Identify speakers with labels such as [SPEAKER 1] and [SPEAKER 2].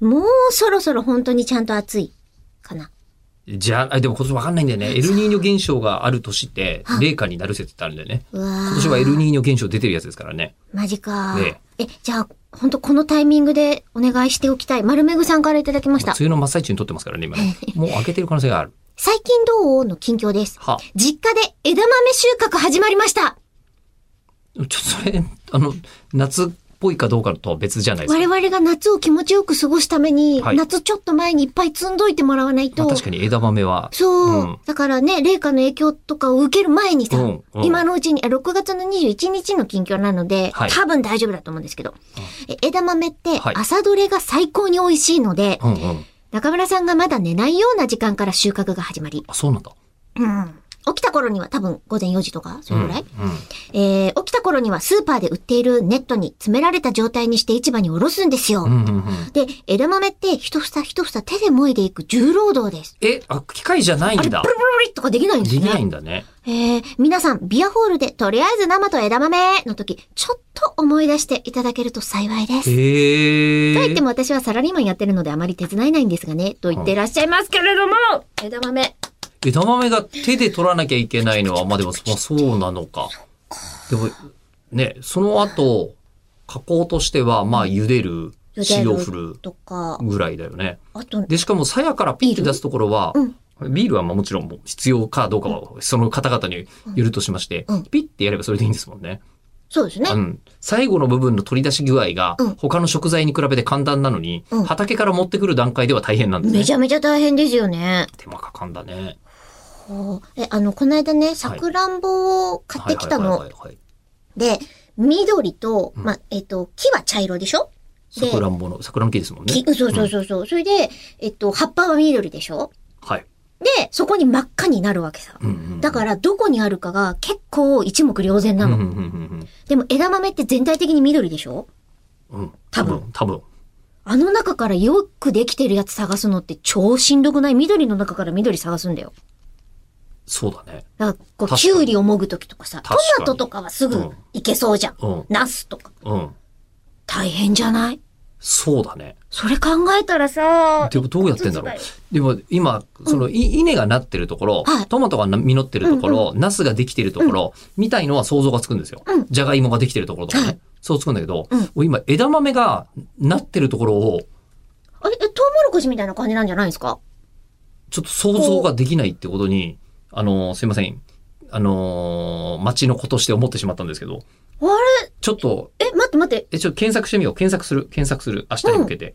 [SPEAKER 1] もうそろそろ本当にちゃんと暑いかな。
[SPEAKER 2] じゃあ、でも今年わかんないんだ よね。エルニーニョ現象がある年って、冷夏になる説ってあるんだよね。
[SPEAKER 1] うわー
[SPEAKER 2] 今年はエルニーニョ現象出てるやつですからね。
[SPEAKER 1] マジか。
[SPEAKER 2] ね
[SPEAKER 1] え、じゃあ、本当このタイミングでお願いしておきたい。丸めぐさんからいただきまし
[SPEAKER 2] 梅
[SPEAKER 1] た。
[SPEAKER 2] 雨の真っ最中に撮ってますからね、今ね。もう開けてる可能性がある。
[SPEAKER 1] 最近どうの近況です。
[SPEAKER 2] は。
[SPEAKER 1] 実家で枝豆収穫始まりました。
[SPEAKER 2] ちょっとそれ、あの、夏っぽいかどうかとは別じゃないです
[SPEAKER 1] 我
[SPEAKER 2] か。
[SPEAKER 1] 々が夏を気持ちよく過ごすために、
[SPEAKER 2] はい
[SPEAKER 1] 夏ちょっと前にいっぱい積んどいてもらわない
[SPEAKER 2] ま
[SPEAKER 1] と。
[SPEAKER 2] あ、確かに枝豆は。
[SPEAKER 1] そう、
[SPEAKER 2] うん
[SPEAKER 1] だからね、冷夏の影響とかを受ける前にさ、
[SPEAKER 2] うんうん
[SPEAKER 1] 今のうちに、あ6月の21日の近況なので、
[SPEAKER 2] はい
[SPEAKER 1] 多分大丈夫だと思うんですけど、え枝豆って
[SPEAKER 2] はい
[SPEAKER 1] 朝どれが最高に美味しいので、
[SPEAKER 2] うんうん。
[SPEAKER 1] 中村さんがまだ寝ないような時間から収穫が始まり、
[SPEAKER 2] あ、そうなんだ。
[SPEAKER 1] うん起きた頃には多分午前4時とか、それぐらい、
[SPEAKER 2] うんうん
[SPEAKER 1] えー起きた頃にはスーパーで売っているネットに詰められた状態にして市場におろすんですよ。
[SPEAKER 2] うんうんうん。
[SPEAKER 1] で、枝豆って一房一房手で剥いでいく重労働です。
[SPEAKER 2] え、あ、機械じゃない
[SPEAKER 1] あれ、
[SPEAKER 2] ん
[SPEAKER 1] プル
[SPEAKER 2] だ
[SPEAKER 1] プ。ルプルとかできないんで
[SPEAKER 2] ですき
[SPEAKER 1] ね。
[SPEAKER 2] ないんだね。
[SPEAKER 1] えー、皆さん、ビアホールでとりあえず生と枝豆の時、ちょっと思い出していただけると幸いです。
[SPEAKER 2] へえ。
[SPEAKER 1] と言っても私はサラリーマンやってるのであまり手伝えないんですがね、と言ってらっしゃいますけれども、枝豆。
[SPEAKER 2] 枝豆が手で取らなきゃいけないのは、まあでも、まあそうなのか。でも、ね、その後、加工としては、まあ茹でる、塩振る
[SPEAKER 1] とか、
[SPEAKER 2] ぐらいだよね。
[SPEAKER 1] あと、
[SPEAKER 2] で、しかも鞘からピッて出すところは
[SPEAKER 1] ビール、
[SPEAKER 2] ビールはまあもちろんもう必要かどうかは、その方々によるとしまして
[SPEAKER 1] うん、
[SPEAKER 2] ピッてやればそれでいいんですもんね。
[SPEAKER 1] そうですね
[SPEAKER 2] う。ん。最後の部分の取り出し具合が
[SPEAKER 1] うん、
[SPEAKER 2] 他の食材に比べて簡単なのに
[SPEAKER 1] うん、
[SPEAKER 2] 畑から持ってくる段階では大変なんです
[SPEAKER 1] め
[SPEAKER 2] ね
[SPEAKER 1] ち。ゃめちゃ大変ですよね。
[SPEAKER 2] 手間かかんだね。
[SPEAKER 1] こうえ、あの、この間ね、さくらんぼを買ってきた
[SPEAKER 2] はい
[SPEAKER 1] の
[SPEAKER 2] はい。はいはい。
[SPEAKER 1] で、緑と、
[SPEAKER 2] うん
[SPEAKER 1] まあ、えっ、と、木は茶色でしょ
[SPEAKER 2] さくらんぼの、さくらん系ですもんね。
[SPEAKER 1] 木、そうそうそうそう。それで、えっと、葉っぱは緑でしょ
[SPEAKER 2] はい。、
[SPEAKER 1] で、そこに真っ赤になるわけさ。だからら、どこにあるかが結構一目瞭然な
[SPEAKER 2] うん
[SPEAKER 1] の。
[SPEAKER 2] うんうん
[SPEAKER 1] でも、枝豆って全体的に緑でしょ
[SPEAKER 2] うんうん。
[SPEAKER 1] 多
[SPEAKER 2] 多
[SPEAKER 1] 分
[SPEAKER 2] 分、多分。
[SPEAKER 1] あの中からよくできてるやつ探すのって超しんどくない緑の中から緑探すんだよ。
[SPEAKER 2] そうだね。
[SPEAKER 1] だからこう、
[SPEAKER 2] 確
[SPEAKER 1] キ
[SPEAKER 2] かに
[SPEAKER 1] ュウリをもぐときとかさ、ト
[SPEAKER 2] 確かに
[SPEAKER 1] マトとかはす
[SPEAKER 2] う
[SPEAKER 1] ぐ
[SPEAKER 2] ん
[SPEAKER 1] いけそうじゃん。
[SPEAKER 2] うん。
[SPEAKER 1] ナスとか。
[SPEAKER 2] うん。
[SPEAKER 1] 大変じゃない
[SPEAKER 2] そうだね。
[SPEAKER 1] それ考えたらさ、
[SPEAKER 2] でもどうやってんだろう。でも今、その、い稲がなってるところ
[SPEAKER 1] はい、
[SPEAKER 2] トマトがな実ってるところ、ナスができてるところ、みたいのは想像がつくんですよ
[SPEAKER 1] うん。
[SPEAKER 2] じゃがいもができてるところとか
[SPEAKER 1] は
[SPEAKER 2] ね。そうつくんだけど
[SPEAKER 1] うん、
[SPEAKER 2] 俺今枝豆がなってるところを、
[SPEAKER 1] あれ、えトウモロコシみたいな感じなんじゃないですか
[SPEAKER 2] ちょっと想像ができないってことに、あの、すいません。あのー、町の子として思ってしまったんですけど、
[SPEAKER 1] あれ
[SPEAKER 2] ちょっと、
[SPEAKER 1] え、待って待って。
[SPEAKER 2] え、ちょっと検索してみよう。検索する。検索する。明日に向けて。